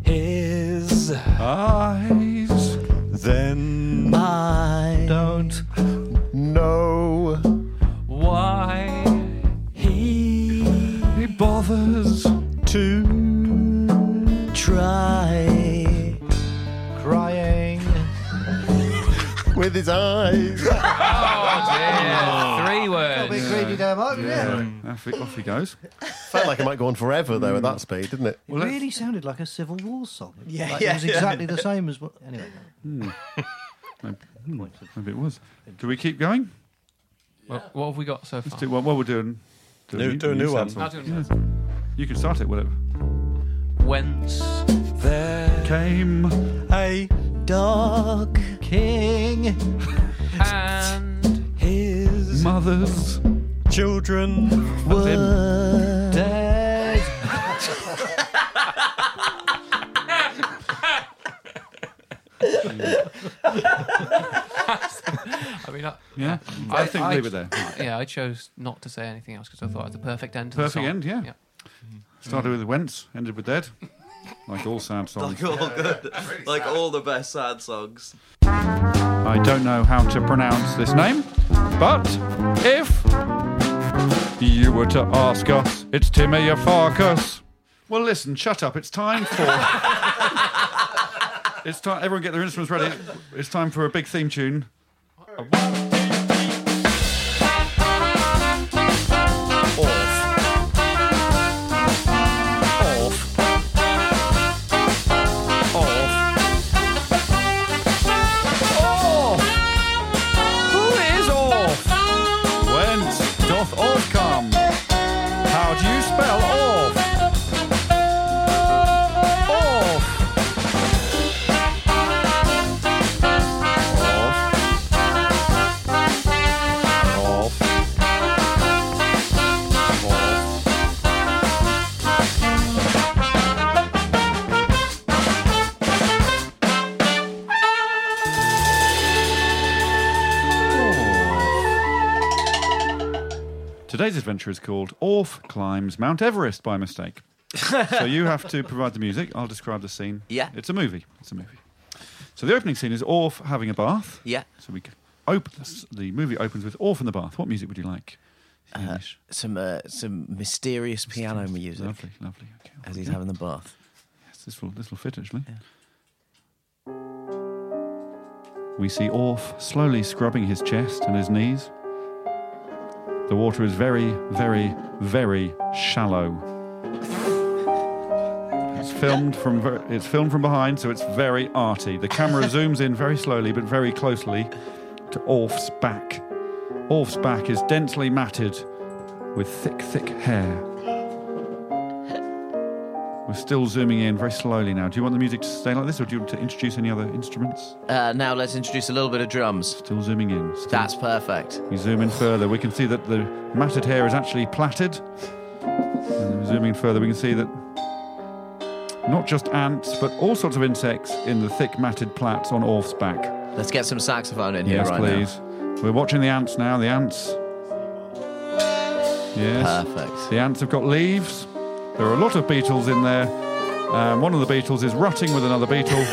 [SPEAKER 6] is,
[SPEAKER 1] Eyes.
[SPEAKER 6] then
[SPEAKER 7] I
[SPEAKER 5] don't
[SPEAKER 4] No.
[SPEAKER 3] why
[SPEAKER 1] He bothers
[SPEAKER 6] to
[SPEAKER 7] cry.
[SPEAKER 5] Crying.
[SPEAKER 4] with his eyes.
[SPEAKER 3] Oh dear. Three
[SPEAKER 5] A bit
[SPEAKER 3] words.
[SPEAKER 5] greedy there, Mark. Yeah.
[SPEAKER 1] Off he, off he goes.
[SPEAKER 4] Felt like it might go on forever though at that speed, didn't it?
[SPEAKER 5] it really sounded like a Civil War song.
[SPEAKER 7] Yeah,
[SPEAKER 5] Like,
[SPEAKER 7] yeah,
[SPEAKER 5] It was
[SPEAKER 7] yeah.
[SPEAKER 5] exactly the same as what. Anyway.
[SPEAKER 1] Maybe it was. Do we keep going?
[SPEAKER 3] Well, what have we got so
[SPEAKER 1] Let's
[SPEAKER 3] far?
[SPEAKER 1] do one. Well, we're doing. Do
[SPEAKER 6] New- do a new one.
[SPEAKER 3] I'll
[SPEAKER 1] sound
[SPEAKER 3] do
[SPEAKER 1] Yeah.
[SPEAKER 3] another.
[SPEAKER 1] You can start it, whatever.
[SPEAKER 3] Whence?
[SPEAKER 6] There
[SPEAKER 1] Came.
[SPEAKER 6] a dog
[SPEAKER 5] King.
[SPEAKER 3] And
[SPEAKER 6] his
[SPEAKER 1] Mothers.
[SPEAKER 6] children
[SPEAKER 1] That's him.
[SPEAKER 5] Dead.
[SPEAKER 3] I mean, I,
[SPEAKER 1] Yeah. I think
[SPEAKER 3] I-
[SPEAKER 1] leave it there.
[SPEAKER 3] yeah, I chose not to say anything else because I thought it was the perfect end. To
[SPEAKER 1] Perfect
[SPEAKER 3] the song.
[SPEAKER 1] end, yeah. Started with Wentz, ended with Dead. Like all sad songs.
[SPEAKER 7] Like all good. Like all the best sad songs.
[SPEAKER 1] I don't know how to pronounce this name, but if you were to ask us, it's Timmy Farkas. Well, listen, shut up. It's time for. it's time. Everyone get their instruments ready. It's time for a big theme tune.
[SPEAKER 7] Who is off?
[SPEAKER 1] Whence doth off come? How do you spell off? Off. Off. Off. Off. Today's adventure is called Orf Climbs Mount Everest by Mistake. so you have to provide the music. I'll describe the scene.
[SPEAKER 7] Yeah.
[SPEAKER 1] It's a movie. It's a movie. So the opening scene is Orf having a bath.
[SPEAKER 7] Yeah.
[SPEAKER 1] So we open the movie opens with Orf in the bath. What music would you like? Hamish?
[SPEAKER 7] Some uh, some mysterious piano music
[SPEAKER 1] Lovely, lovely. Okay.
[SPEAKER 7] as he's having the bath.
[SPEAKER 1] Yes, this will this will fit actually. We see Orf slowly scrubbing his chest and his knees. The water is very, very, very shallow. It's filmed from ver- it's filmed from behind, so it's very arty. The camera zooms in very slowly but very closely to Orf's back. Orf's back is densely matted with thick, thick hair. We're still zooming in very slowly now. Do you want the music to stay like this, or do you want to introduce any other instruments?
[SPEAKER 7] Uh, now let's introduce a little bit of drums.
[SPEAKER 1] Still zooming in. Still-
[SPEAKER 7] That's perfect.
[SPEAKER 1] We zoom in further. We can see that the matted hair is actually plaited. And zooming further, we can see that not just ants, but all sorts of insects in the thick matted plaits on Orf's back.
[SPEAKER 7] Let's get some saxophone in here
[SPEAKER 1] yes,
[SPEAKER 7] right
[SPEAKER 1] please. We're watching the ants now. The ants. Yes.
[SPEAKER 7] now. Perfect.
[SPEAKER 1] The ants have got leaves. There are a lot of beetles in there. Um, one of the beetles is rutting with another beetle.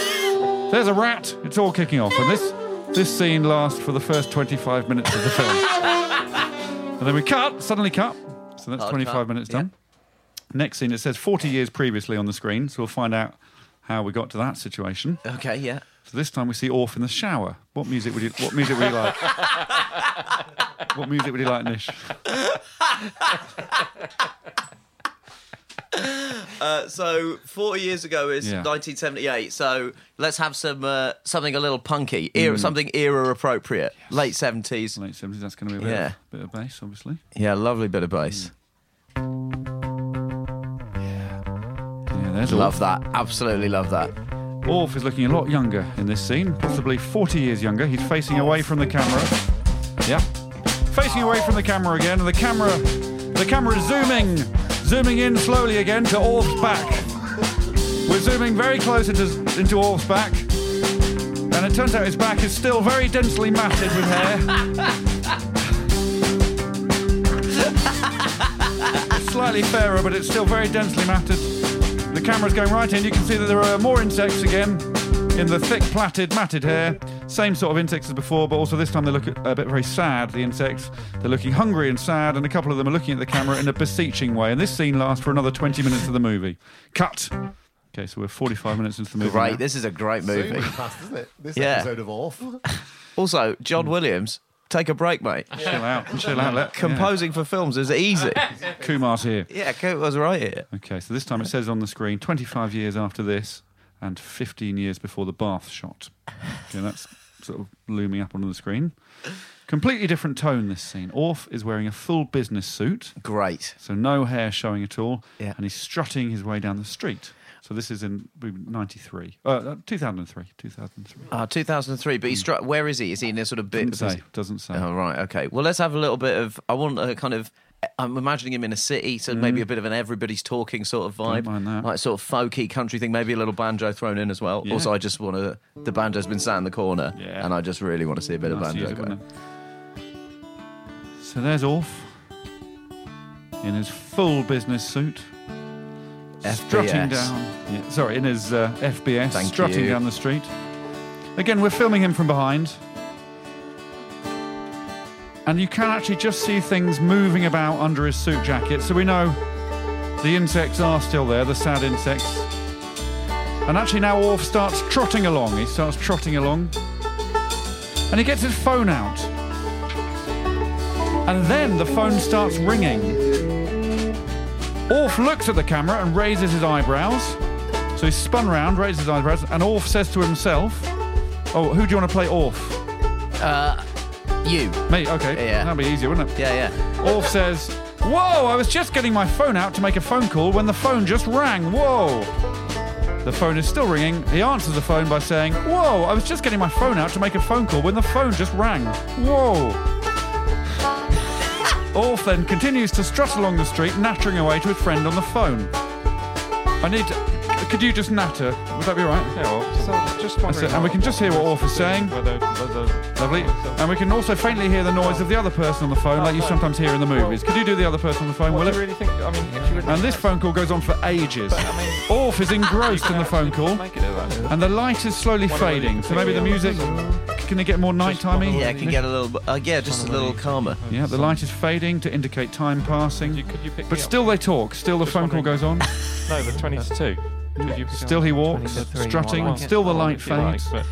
[SPEAKER 1] There's a rat. It's all kicking off, and this this scene lasts for the first 25 minutes of the film. and then we cut. Suddenly cut. So that's
[SPEAKER 7] Hard
[SPEAKER 1] 25
[SPEAKER 7] cut,
[SPEAKER 1] minutes
[SPEAKER 7] yeah.
[SPEAKER 1] done. Next scene. It says 40 years previously on the screen, so we'll find out how we got to that situation.
[SPEAKER 7] Okay, yeah.
[SPEAKER 1] So this time we see Orf in the shower. What music would you? What music would you like? what music would you like, Nish?
[SPEAKER 7] Uh, so 40 years ago is
[SPEAKER 1] Yeah.
[SPEAKER 7] 1978. So let's have some uh, something a little punky,
[SPEAKER 1] Mm.
[SPEAKER 7] era, something era appropriate, late 70s.
[SPEAKER 1] Late 70s. That's going to be a bit,
[SPEAKER 7] Yeah.
[SPEAKER 1] bit of bass, obviously.
[SPEAKER 7] Yeah, lovely bit of bass.
[SPEAKER 1] Yeah, there's Orf.
[SPEAKER 7] Love that. Absolutely love that.
[SPEAKER 1] Orf is looking a lot younger in this scene, possibly 40 years younger. He's facing away from the camera. Yeah. Facing away from the camera again, and the camera the camera is zooming, zooming in slowly again to Orf's back. We're zooming very close into, into Orf's back. And it turns out his back is still very densely matted with hair. Slightly fairer, but it's still very densely matted. The camera's going right in. You can see that there are more insects again in the thick, plaited, matted hair. Same sort of insects as before, but also this time they look a bit very sad, the insects. They're looking hungry and sad, and a couple of them are looking at the camera in a beseeching way. And this scene lasts for another 20 minutes of the movie. Cut. Okay, so we're 45 minutes into the movie. now.
[SPEAKER 7] Great. This is a great
[SPEAKER 4] Soon
[SPEAKER 7] movie.
[SPEAKER 4] we passed, isn't it? This
[SPEAKER 7] Yeah.
[SPEAKER 4] episode of Off.
[SPEAKER 7] Also,
[SPEAKER 1] Mm.
[SPEAKER 7] John Williams, take a break, mate.
[SPEAKER 1] Chill out. Chill out. Let,
[SPEAKER 7] Composing for films is easy.
[SPEAKER 1] Yeah. Kumar's here.
[SPEAKER 7] yeah, Coop was right here.
[SPEAKER 1] Okay, so this time it says on the screen 25 years after this and 15 years before the bath shot. Okay, that's sort of looming up onto the screen. Completely different tone this scene. Orf is wearing a full business suit,
[SPEAKER 7] Great.
[SPEAKER 1] so no hair showing at all,
[SPEAKER 7] Yeah.
[SPEAKER 1] and he's strutting his way down the street. So this is in 93, uh, 2003, 2003.
[SPEAKER 7] Ah, 2003. But he's struck. Where is he? Is he in a sort of bit?
[SPEAKER 1] Doesn't Mm. say, doesn't say.
[SPEAKER 7] Oh right, okay. Well, let's have a little bit of. I want a kind of. I'm imagining him in a city, so maybe a bit of an everybody's talking sort of vibe,
[SPEAKER 1] Mm. mind that.
[SPEAKER 7] like sort of folky country thing. Maybe a little banjo thrown in as well.
[SPEAKER 1] Yeah.
[SPEAKER 7] Also, I just want to. The banjo's been sat in the corner,
[SPEAKER 1] Yeah.
[SPEAKER 7] and I just really want to see a bit
[SPEAKER 1] Nice
[SPEAKER 7] of
[SPEAKER 1] to use
[SPEAKER 7] banjo.
[SPEAKER 1] it,
[SPEAKER 7] going.
[SPEAKER 1] wouldn't it? So there's Orf in his full business suit, strutting
[SPEAKER 7] FBS.
[SPEAKER 1] down. Yeah, sorry, in his uh, FBS,
[SPEAKER 7] Thank
[SPEAKER 1] strutting
[SPEAKER 7] you.
[SPEAKER 1] down the street. Again, we're filming him from behind. And you can actually just see things moving about under his suit jacket, so we know the insects are still there, the sad insects. And actually, now Orf starts trotting along. He starts trotting along. And he gets his phone out. And then the phone starts ringing. Orf looks at the camera and raises his eyebrows. So he's spun round, raises his eyebrows, and Orf says to himself, Oh, who do you want to play Orf?
[SPEAKER 7] You,
[SPEAKER 1] Me, okay.
[SPEAKER 7] Yeah.
[SPEAKER 1] That'd be easier, wouldn't it?
[SPEAKER 7] yeah, yeah.
[SPEAKER 1] Orf says, Whoa, I was just getting my phone out to make a phone call when the phone just rang. Whoa. The phone is still ringing. He answers the phone by saying, Whoa, I was just getting my phone out to make a phone call when the phone just rang. Whoa. Orf then continues to strut along the street, nattering away to his friend on the phone. I need to. Could you just natter? Would that be all right?
[SPEAKER 2] Yeah, well, so just
[SPEAKER 1] That's
[SPEAKER 2] wondering.
[SPEAKER 1] it. And we can just hear what Orf is saying.
[SPEAKER 2] Whether, whether,
[SPEAKER 1] Lovely. And we can also faintly hear the noise of the other person on the phone, like you sometimes hear in the movies. Could you do the other person on the phone,
[SPEAKER 2] what
[SPEAKER 1] Will
[SPEAKER 2] do
[SPEAKER 1] it?
[SPEAKER 2] you really think? I mean, if you would
[SPEAKER 1] And this phone call goes on for ages.
[SPEAKER 2] I
[SPEAKER 1] Orf is engrossed in
[SPEAKER 2] mean,
[SPEAKER 1] the phone call,
[SPEAKER 2] Make it do that.
[SPEAKER 1] and the light is slowly
[SPEAKER 2] Wonder whether
[SPEAKER 1] fading.
[SPEAKER 2] you
[SPEAKER 1] So
[SPEAKER 2] think
[SPEAKER 1] maybe the
[SPEAKER 2] we are-
[SPEAKER 1] music can it get more nighttime-y?
[SPEAKER 7] Yeah, it can get a little. Uh, yeah, just a little calmer.
[SPEAKER 1] Yeah, the light is fading to indicate time
[SPEAKER 2] You,
[SPEAKER 1] passing.
[SPEAKER 2] could you pick
[SPEAKER 1] But
[SPEAKER 2] me up?
[SPEAKER 1] still, they talk. Still, the phone call
[SPEAKER 2] wondering.
[SPEAKER 1] goes on.
[SPEAKER 2] no, the twenty to two. Could you pick
[SPEAKER 1] Still,
[SPEAKER 2] up?
[SPEAKER 1] he walks,
[SPEAKER 8] 23,
[SPEAKER 1] strutting,
[SPEAKER 8] one,
[SPEAKER 1] and still the
[SPEAKER 2] Well,
[SPEAKER 1] light
[SPEAKER 2] if you like,
[SPEAKER 1] fades.
[SPEAKER 2] but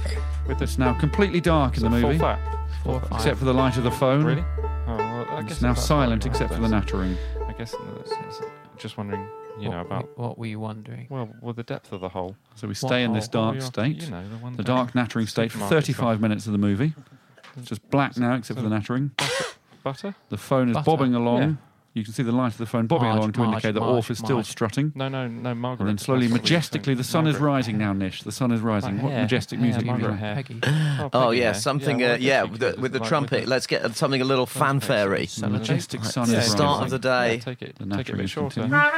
[SPEAKER 2] with this
[SPEAKER 1] It's now completely dark in the
[SPEAKER 2] full
[SPEAKER 1] movie,
[SPEAKER 2] fat.
[SPEAKER 8] Four, five.
[SPEAKER 1] except for the light of the phone.
[SPEAKER 2] Really? Oh, well, I guess
[SPEAKER 1] It's now
[SPEAKER 2] that's
[SPEAKER 1] silent
[SPEAKER 2] fine.
[SPEAKER 1] except for the nattering.
[SPEAKER 2] I guess. that's- Just wondering, you know,
[SPEAKER 8] What
[SPEAKER 2] about
[SPEAKER 8] we- what were you wondering?
[SPEAKER 2] well, well, the depth of the hole.
[SPEAKER 1] So we stay in this
[SPEAKER 8] What
[SPEAKER 1] dark
[SPEAKER 2] Well,
[SPEAKER 1] state,
[SPEAKER 2] You know, the, one
[SPEAKER 1] the
[SPEAKER 2] down-
[SPEAKER 1] dark nattering state for
[SPEAKER 2] Supermarket
[SPEAKER 1] 35
[SPEAKER 2] shop.
[SPEAKER 1] minutes of the movie. It's just black now, except for the nattering.
[SPEAKER 2] butter.
[SPEAKER 1] The phone is
[SPEAKER 8] Butter.
[SPEAKER 1] bobbing along.
[SPEAKER 2] Yeah.
[SPEAKER 1] You can see the light of the phone bobbing
[SPEAKER 8] Marge,
[SPEAKER 1] along to
[SPEAKER 8] Marge,
[SPEAKER 1] indicate that
[SPEAKER 8] Marge,
[SPEAKER 1] Orf is still
[SPEAKER 8] Marge.
[SPEAKER 1] strutting.
[SPEAKER 2] No, no, no, Margaret.
[SPEAKER 1] And then slowly,
[SPEAKER 2] That's what we
[SPEAKER 1] majestically,
[SPEAKER 2] think.
[SPEAKER 1] the sun is
[SPEAKER 2] Margaret.
[SPEAKER 1] rising now, Nish. The sun is rising.
[SPEAKER 2] My
[SPEAKER 1] what
[SPEAKER 2] hair,
[SPEAKER 1] majestic
[SPEAKER 2] hair,
[SPEAKER 1] music
[SPEAKER 2] Margaret,
[SPEAKER 1] music.
[SPEAKER 2] hair.
[SPEAKER 8] Peggy.
[SPEAKER 7] Oh
[SPEAKER 2] Peggy,
[SPEAKER 7] yeah,
[SPEAKER 2] yeah.
[SPEAKER 7] something.
[SPEAKER 2] Yeah, well,
[SPEAKER 7] uh,
[SPEAKER 2] I guess
[SPEAKER 7] yeah
[SPEAKER 2] you
[SPEAKER 7] with
[SPEAKER 2] could
[SPEAKER 7] the,
[SPEAKER 2] just
[SPEAKER 7] with the
[SPEAKER 2] like with
[SPEAKER 7] trumpet.
[SPEAKER 2] the-
[SPEAKER 7] Let's get uh, something a little fanfare-y.
[SPEAKER 1] The majestic sun
[SPEAKER 7] Yeah,
[SPEAKER 1] is rising.
[SPEAKER 7] start of the day.
[SPEAKER 2] Yeah, take it,
[SPEAKER 1] The
[SPEAKER 2] take it a
[SPEAKER 1] nattering
[SPEAKER 2] bit
[SPEAKER 1] is
[SPEAKER 2] shorter.
[SPEAKER 1] continuing.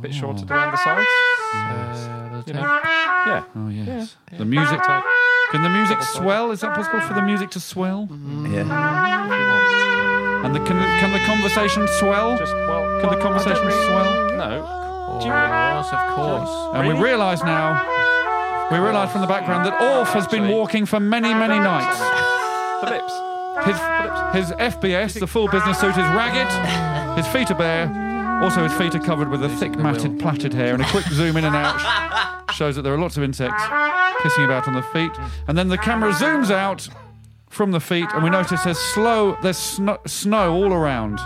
[SPEAKER 2] bit shorter down the sides.
[SPEAKER 8] Uh,
[SPEAKER 2] You know. Yeah.
[SPEAKER 1] Oh, yes. The music. Can the music swell? Is that possible for the music to swell?
[SPEAKER 7] Yeah.
[SPEAKER 1] And the, can, can the conversation swell?
[SPEAKER 2] Just well.
[SPEAKER 1] Can the conversation swell?
[SPEAKER 2] No.
[SPEAKER 8] Of course, of course.
[SPEAKER 1] And we realise now, we realise from the background that Orf has been
[SPEAKER 2] Actually-
[SPEAKER 1] walking for many, many nights.
[SPEAKER 2] The lips.
[SPEAKER 1] His, his FBS, the full business suit, is ragged. His feet are bare. Also, his feet are covered with a thick, matted, plaited hair. And a quick zoom in and out shows that there are lots of insects pissing about on the feet. And then the camera zooms out from the feet, and we notice there's slow, there's snow, snow all around.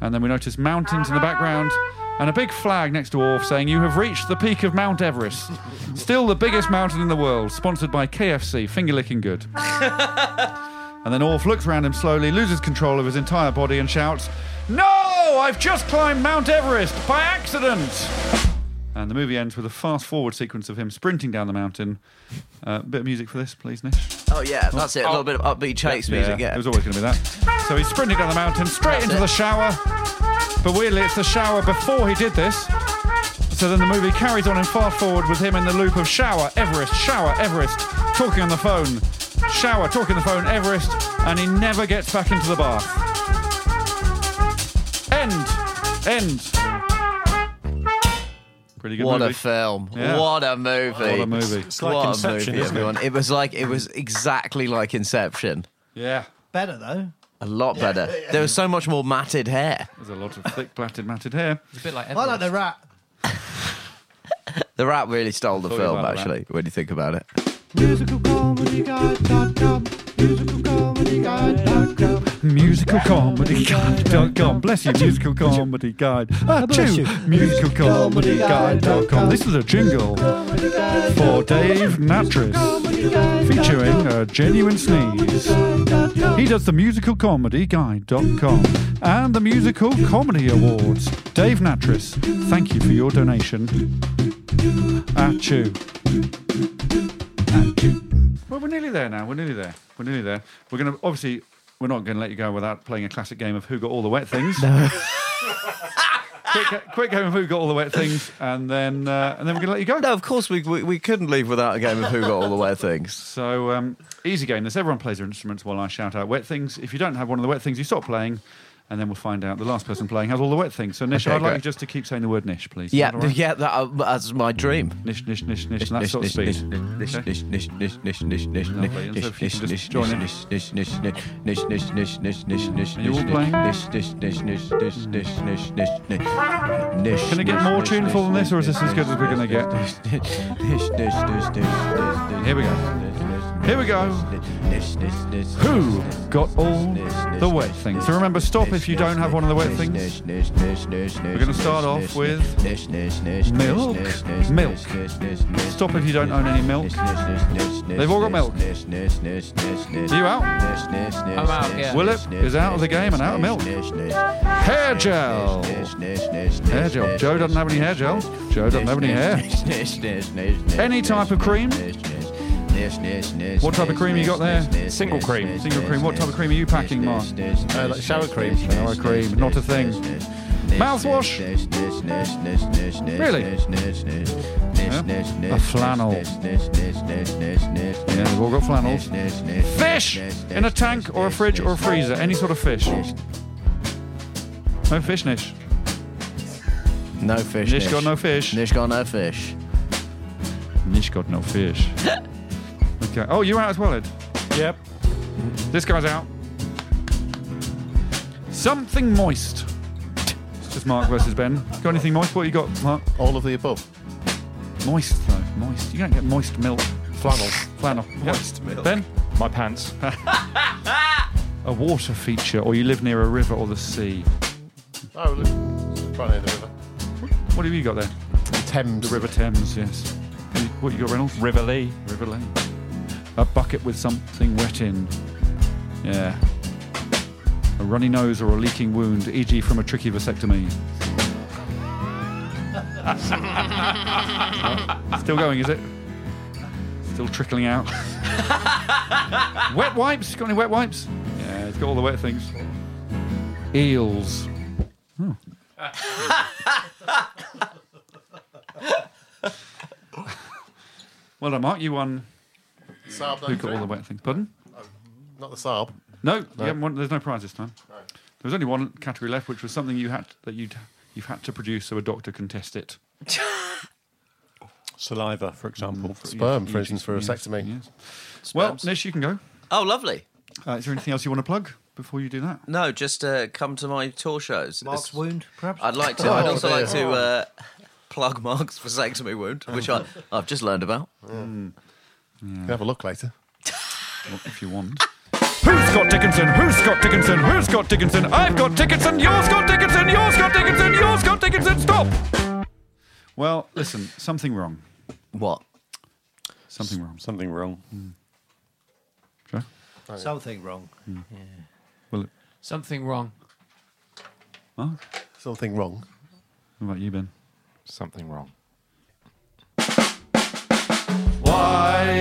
[SPEAKER 1] And then we notice mountains in the background. And a big flag next to Orf saying, You have reached the peak of Mount Everest. Still the biggest mountain in the world, sponsored by KFC, finger licking good. And then Orf looks around him slowly, loses control of his entire body, and shouts, No! I've just climbed Mount Everest by accident! And the movie ends with a fast forward sequence of him sprinting down the mountain. Uh, bit of music for this, please, Nish.
[SPEAKER 7] Oh yeah, that's it. A little bit of upbeat chase music.
[SPEAKER 1] It
[SPEAKER 7] Yeah.
[SPEAKER 1] was always going to be that. So he's sprinting down the mountain, straight into
[SPEAKER 7] it.
[SPEAKER 1] the shower. But weirdly, it's the shower before he did this. So then the movie carries on and fast forward with him in the loop of shower, Everest, shower, Everest, talking on the phone, shower, talking on the phone, Everest, and he never gets back into the bath. End. End. Pretty good
[SPEAKER 7] What
[SPEAKER 1] movie.
[SPEAKER 7] a film!
[SPEAKER 1] Yeah.
[SPEAKER 7] What a movie!
[SPEAKER 1] What a movie.
[SPEAKER 7] What
[SPEAKER 8] like
[SPEAKER 7] a
[SPEAKER 8] Inception,
[SPEAKER 7] movie,
[SPEAKER 8] isn't it?
[SPEAKER 7] everyone. It was like it was exactly like Inception.
[SPEAKER 1] Yeah.
[SPEAKER 5] Better though.
[SPEAKER 7] A lot better. There was so much more matted hair.
[SPEAKER 1] There's a lot of thick, plaited, matted hair.
[SPEAKER 8] It's a bit like
[SPEAKER 5] I like the
[SPEAKER 8] Everest.
[SPEAKER 5] rat.
[SPEAKER 7] The rat really stole the
[SPEAKER 1] Sorry
[SPEAKER 7] film,
[SPEAKER 1] about that.
[SPEAKER 7] actually, when you think about it.
[SPEAKER 6] musicalcomedyguide.com, musicalcomedyguide.com.
[SPEAKER 1] Musicalcomedyguide.com. Bless you, Musical Comedy Guide. Ah,
[SPEAKER 5] bless
[SPEAKER 1] two.
[SPEAKER 5] you.
[SPEAKER 1] Musicalcomedyguide.com. This is a jingle for Dave Natris featuring a genuine sneeze. He does the musicalcomedyguide.com and the Musical Comedy Awards. Dave Natris, thank you for your donation. Ah, Achoo. Achoo. Ah, Well, we're nearly there now. We're nearly there. We're nearly there. We're going to, obviously, we're not going to let you go without playing a classic game of Who Got All the Wet Things. quick, quick game of Who Got All the Wet Things, and then, uh, and then we're going to let you go.
[SPEAKER 7] No, of course we, we we couldn't leave without a game of Who Got All the Wet Things.
[SPEAKER 1] So um, easy game. This everyone plays their instruments while I shout out wet things. If you don't have one of the wet things, you stop playing, and then we'll find out the last person playing has all the wet things. So Nish,
[SPEAKER 7] Okay,
[SPEAKER 1] I'd like
[SPEAKER 7] great.
[SPEAKER 1] you just to keep saying the word Nish, please. Is
[SPEAKER 7] Yeah,
[SPEAKER 1] that all right?
[SPEAKER 7] yeah, that, uh, that's my dream.
[SPEAKER 1] Nish, Nish, Nish, Nish, and that sort of
[SPEAKER 7] Nish, nish,
[SPEAKER 1] speed.
[SPEAKER 7] nish,
[SPEAKER 1] Okay?
[SPEAKER 7] nish, nish, nish, nish, nish, nish,
[SPEAKER 1] Lovely. And so if you
[SPEAKER 7] nish,
[SPEAKER 1] can
[SPEAKER 7] nish,
[SPEAKER 1] just join in.
[SPEAKER 7] nish, nish, nish, nish, nish, nish, nish, nish, nish, nish,
[SPEAKER 1] Are you all
[SPEAKER 7] nish,
[SPEAKER 1] playing?
[SPEAKER 7] nish, nish, nish, nish, nish, nish, nish, nish, nish, nish,
[SPEAKER 1] Can it
[SPEAKER 7] nish,
[SPEAKER 1] get more
[SPEAKER 7] nish,
[SPEAKER 1] tuneful than
[SPEAKER 7] nish,
[SPEAKER 1] this, or is
[SPEAKER 7] nish,
[SPEAKER 1] this as good as we're gonna get?
[SPEAKER 7] nish, nish, nish, nish, nish, nish, nish,
[SPEAKER 1] Here we go.
[SPEAKER 7] nish, nish,
[SPEAKER 1] Here we go.
[SPEAKER 7] nish, nish, nish, nish,
[SPEAKER 1] Who
[SPEAKER 7] nish, nish,
[SPEAKER 1] got all
[SPEAKER 7] nish, nish,
[SPEAKER 1] the wet
[SPEAKER 7] nish,
[SPEAKER 1] things?
[SPEAKER 7] nish,
[SPEAKER 1] So remember, stop
[SPEAKER 7] nish,
[SPEAKER 1] if you
[SPEAKER 7] nish,
[SPEAKER 1] don't have one of the wet
[SPEAKER 7] nish,
[SPEAKER 1] things.
[SPEAKER 7] nish, nish, nish, nish,
[SPEAKER 1] We're gonna
[SPEAKER 7] nish,
[SPEAKER 1] start
[SPEAKER 7] nish,
[SPEAKER 1] off
[SPEAKER 7] nish,
[SPEAKER 1] with
[SPEAKER 7] nish, nish, nish,
[SPEAKER 1] milk.
[SPEAKER 7] nish, nish,
[SPEAKER 1] Milk.
[SPEAKER 7] nish, nish, nish, nish,
[SPEAKER 1] Stop if you don't own any milk.
[SPEAKER 7] They've
[SPEAKER 1] all got milk.
[SPEAKER 7] Are
[SPEAKER 1] you out?
[SPEAKER 8] I'm out, yeah.
[SPEAKER 1] Willip is out of the game and out of milk. Hair gel. Hair
[SPEAKER 7] Hair
[SPEAKER 1] gel. Joe doesn't have any hair gel. Joe doesn't have any hair. Any
[SPEAKER 7] Any
[SPEAKER 1] type of cream?
[SPEAKER 7] What type of cream you got there?
[SPEAKER 2] Single cream.
[SPEAKER 1] Single cream. What type of cream are you packing, Mark?
[SPEAKER 4] Uh, like shower cream.
[SPEAKER 1] Shower cream. Not a thing. Mouthwash.
[SPEAKER 7] Really?
[SPEAKER 1] A flannel. Yeah, we've all got flannels. Fish in a tank or a fridge or a freezer. Any sort of fish. No fish, Nish.
[SPEAKER 7] No fish.
[SPEAKER 1] Nish got no fish.
[SPEAKER 7] Nish got no fish.
[SPEAKER 1] Nish got no fish. okay. Oh, you out as well, Ed.
[SPEAKER 6] Yep.
[SPEAKER 1] This guy's out. Something moist. It's just Mark versus Ben. Got anything moist? What you got, Mark?
[SPEAKER 4] All of the above.
[SPEAKER 1] Moist though. Moist. You don't get moist milk.
[SPEAKER 2] Flannel.
[SPEAKER 1] Flannel. Moist milk. Ben.
[SPEAKER 2] My pants.
[SPEAKER 1] A water feature, or you live near a river or the sea.
[SPEAKER 4] Oh, look. Right near the river.
[SPEAKER 1] What have you got there?
[SPEAKER 4] Thames.
[SPEAKER 1] The River Thames. Yes. What you got, Reynolds?
[SPEAKER 2] River Lee.
[SPEAKER 1] River Lane. A bucket with something wet in. Yeah. A runny nose or a leaking wound, e.g., from a tricky vasectomy. Still going, is it? Still trickling out. wet wipes? Got any wet wipes? Yeah, it's got all the wet things. Eels. Well done, Mark. You won.
[SPEAKER 4] Saab,
[SPEAKER 1] Who got all the wet things? Pardon?
[SPEAKER 4] Not the Saab.
[SPEAKER 1] No, you haven't won, there's no prize this time. There was only one category left, which was something you had that you'd you've had to produce so a doctor can test it.
[SPEAKER 6] Saliva, for example.
[SPEAKER 4] Sperm, for instance, for a
[SPEAKER 1] Yes,
[SPEAKER 4] vasectomy.
[SPEAKER 1] yes. Well, Nish, you can go.
[SPEAKER 7] Oh, lovely.
[SPEAKER 1] Uh, is there anything else you want to plug before you do that?
[SPEAKER 7] No, just uh, come to my tour shows.
[SPEAKER 5] Mark's
[SPEAKER 7] It's-
[SPEAKER 5] wound, perhaps.
[SPEAKER 7] I'd like to.
[SPEAKER 4] Oh,
[SPEAKER 7] I'd also
[SPEAKER 4] dear.
[SPEAKER 7] like to uh, plug Mark's vasectomy wound, which I, I've just learned about.
[SPEAKER 4] You can have a look later.
[SPEAKER 1] Well, if you want. Who's got Dickinson? Who's got Dickinson? Who's got Dickinson? I've got Dickinson. Yours got Dickinson. Yours got Dickinson. Yours got Dickinson. Stop. Well, listen. Something wrong.
[SPEAKER 7] What?
[SPEAKER 1] Something wrong.
[SPEAKER 6] Something wrong.
[SPEAKER 1] Sure.
[SPEAKER 5] Something wrong.
[SPEAKER 1] Well, it-
[SPEAKER 8] Something wrong.
[SPEAKER 1] Mark.
[SPEAKER 4] Something wrong.
[SPEAKER 1] What about you, Ben?
[SPEAKER 2] Something wrong.
[SPEAKER 1] Why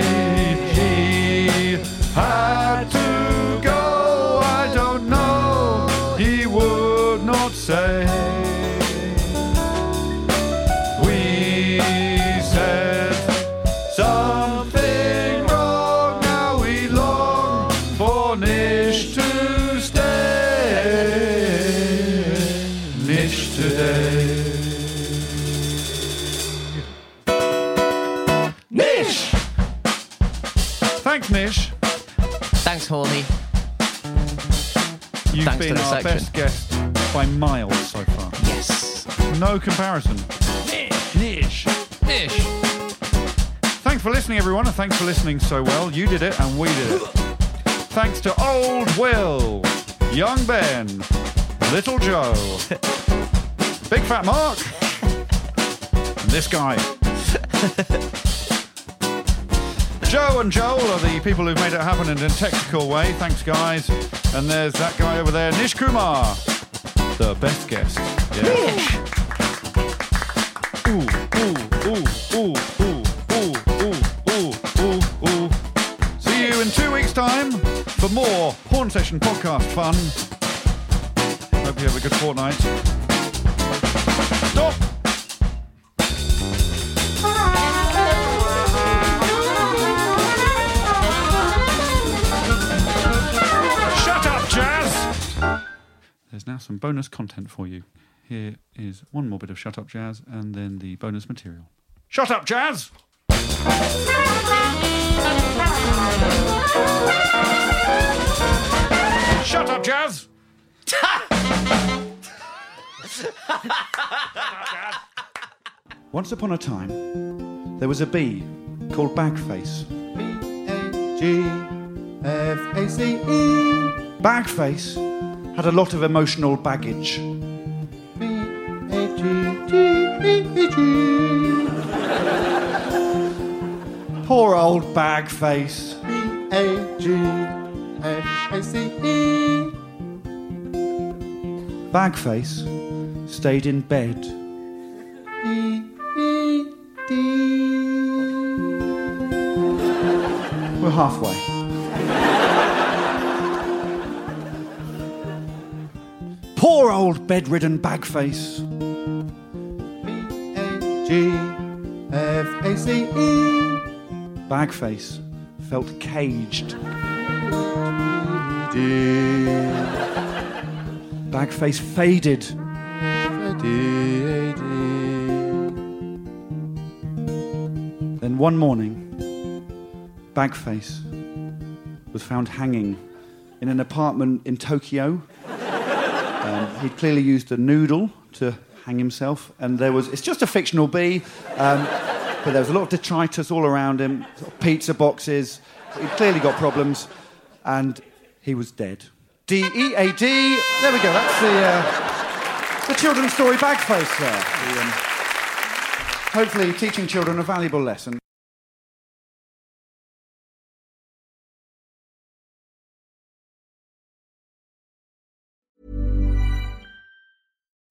[SPEAKER 1] he had to go, I don't know. He would not say. We said something wrong, now we long for Nish to stay. Nish today. Nish! Thanks, Nish.
[SPEAKER 8] Thanks, Horny.
[SPEAKER 1] You've
[SPEAKER 7] Thanks to
[SPEAKER 1] been
[SPEAKER 7] the
[SPEAKER 1] our best
[SPEAKER 7] section.
[SPEAKER 1] guest by miles so far.
[SPEAKER 8] Yes.
[SPEAKER 1] No comparison. Nish.
[SPEAKER 3] Ish.
[SPEAKER 1] Thanks for listening, everyone, and thanks for listening so well. You did it, and we did it. Thanks to Old Will, Young Ben, Little Joe, Big Fat Mark, and this guy. Joe and Joel are the people who've made it happen in a technical way. Thanks, guys. And there's that guy over there, Nish Kumar, the best guest. Yeah. Ooh, ooh, ooh, ooh, ooh, ooh, ooh, ooh, ooh, ooh. See you in two weeks' time for more Horn Session podcast fun. Hope you have a good fortnight. Stop! Shut up, Jazz! There's now some bonus content for you. Here is one more bit of Shut Up Jazz and then the bonus material. Shut Up Jazz! Shut Up Jazz! Once upon a time, there was a bee called Bagface. Bagface had a lot of emotional baggage. Poor old Bagface. Bagface stayed in bed. We're halfway. Poor old bedridden Bagface. E. Bagface felt caged. Bagface faded. Then one morning, Bagface was found hanging in an apartment in Tokyo. Um, he'd clearly used a noodle to hang himself, and there was, it's just a fictional bee. Um, but there was a lot of detritus all around him, sort of pizza boxes. He clearly got problems, and he was dead. D E A D. There we go. That's the uh, the children's story bagface there. The, um, hopefully, teaching children a valuable lesson.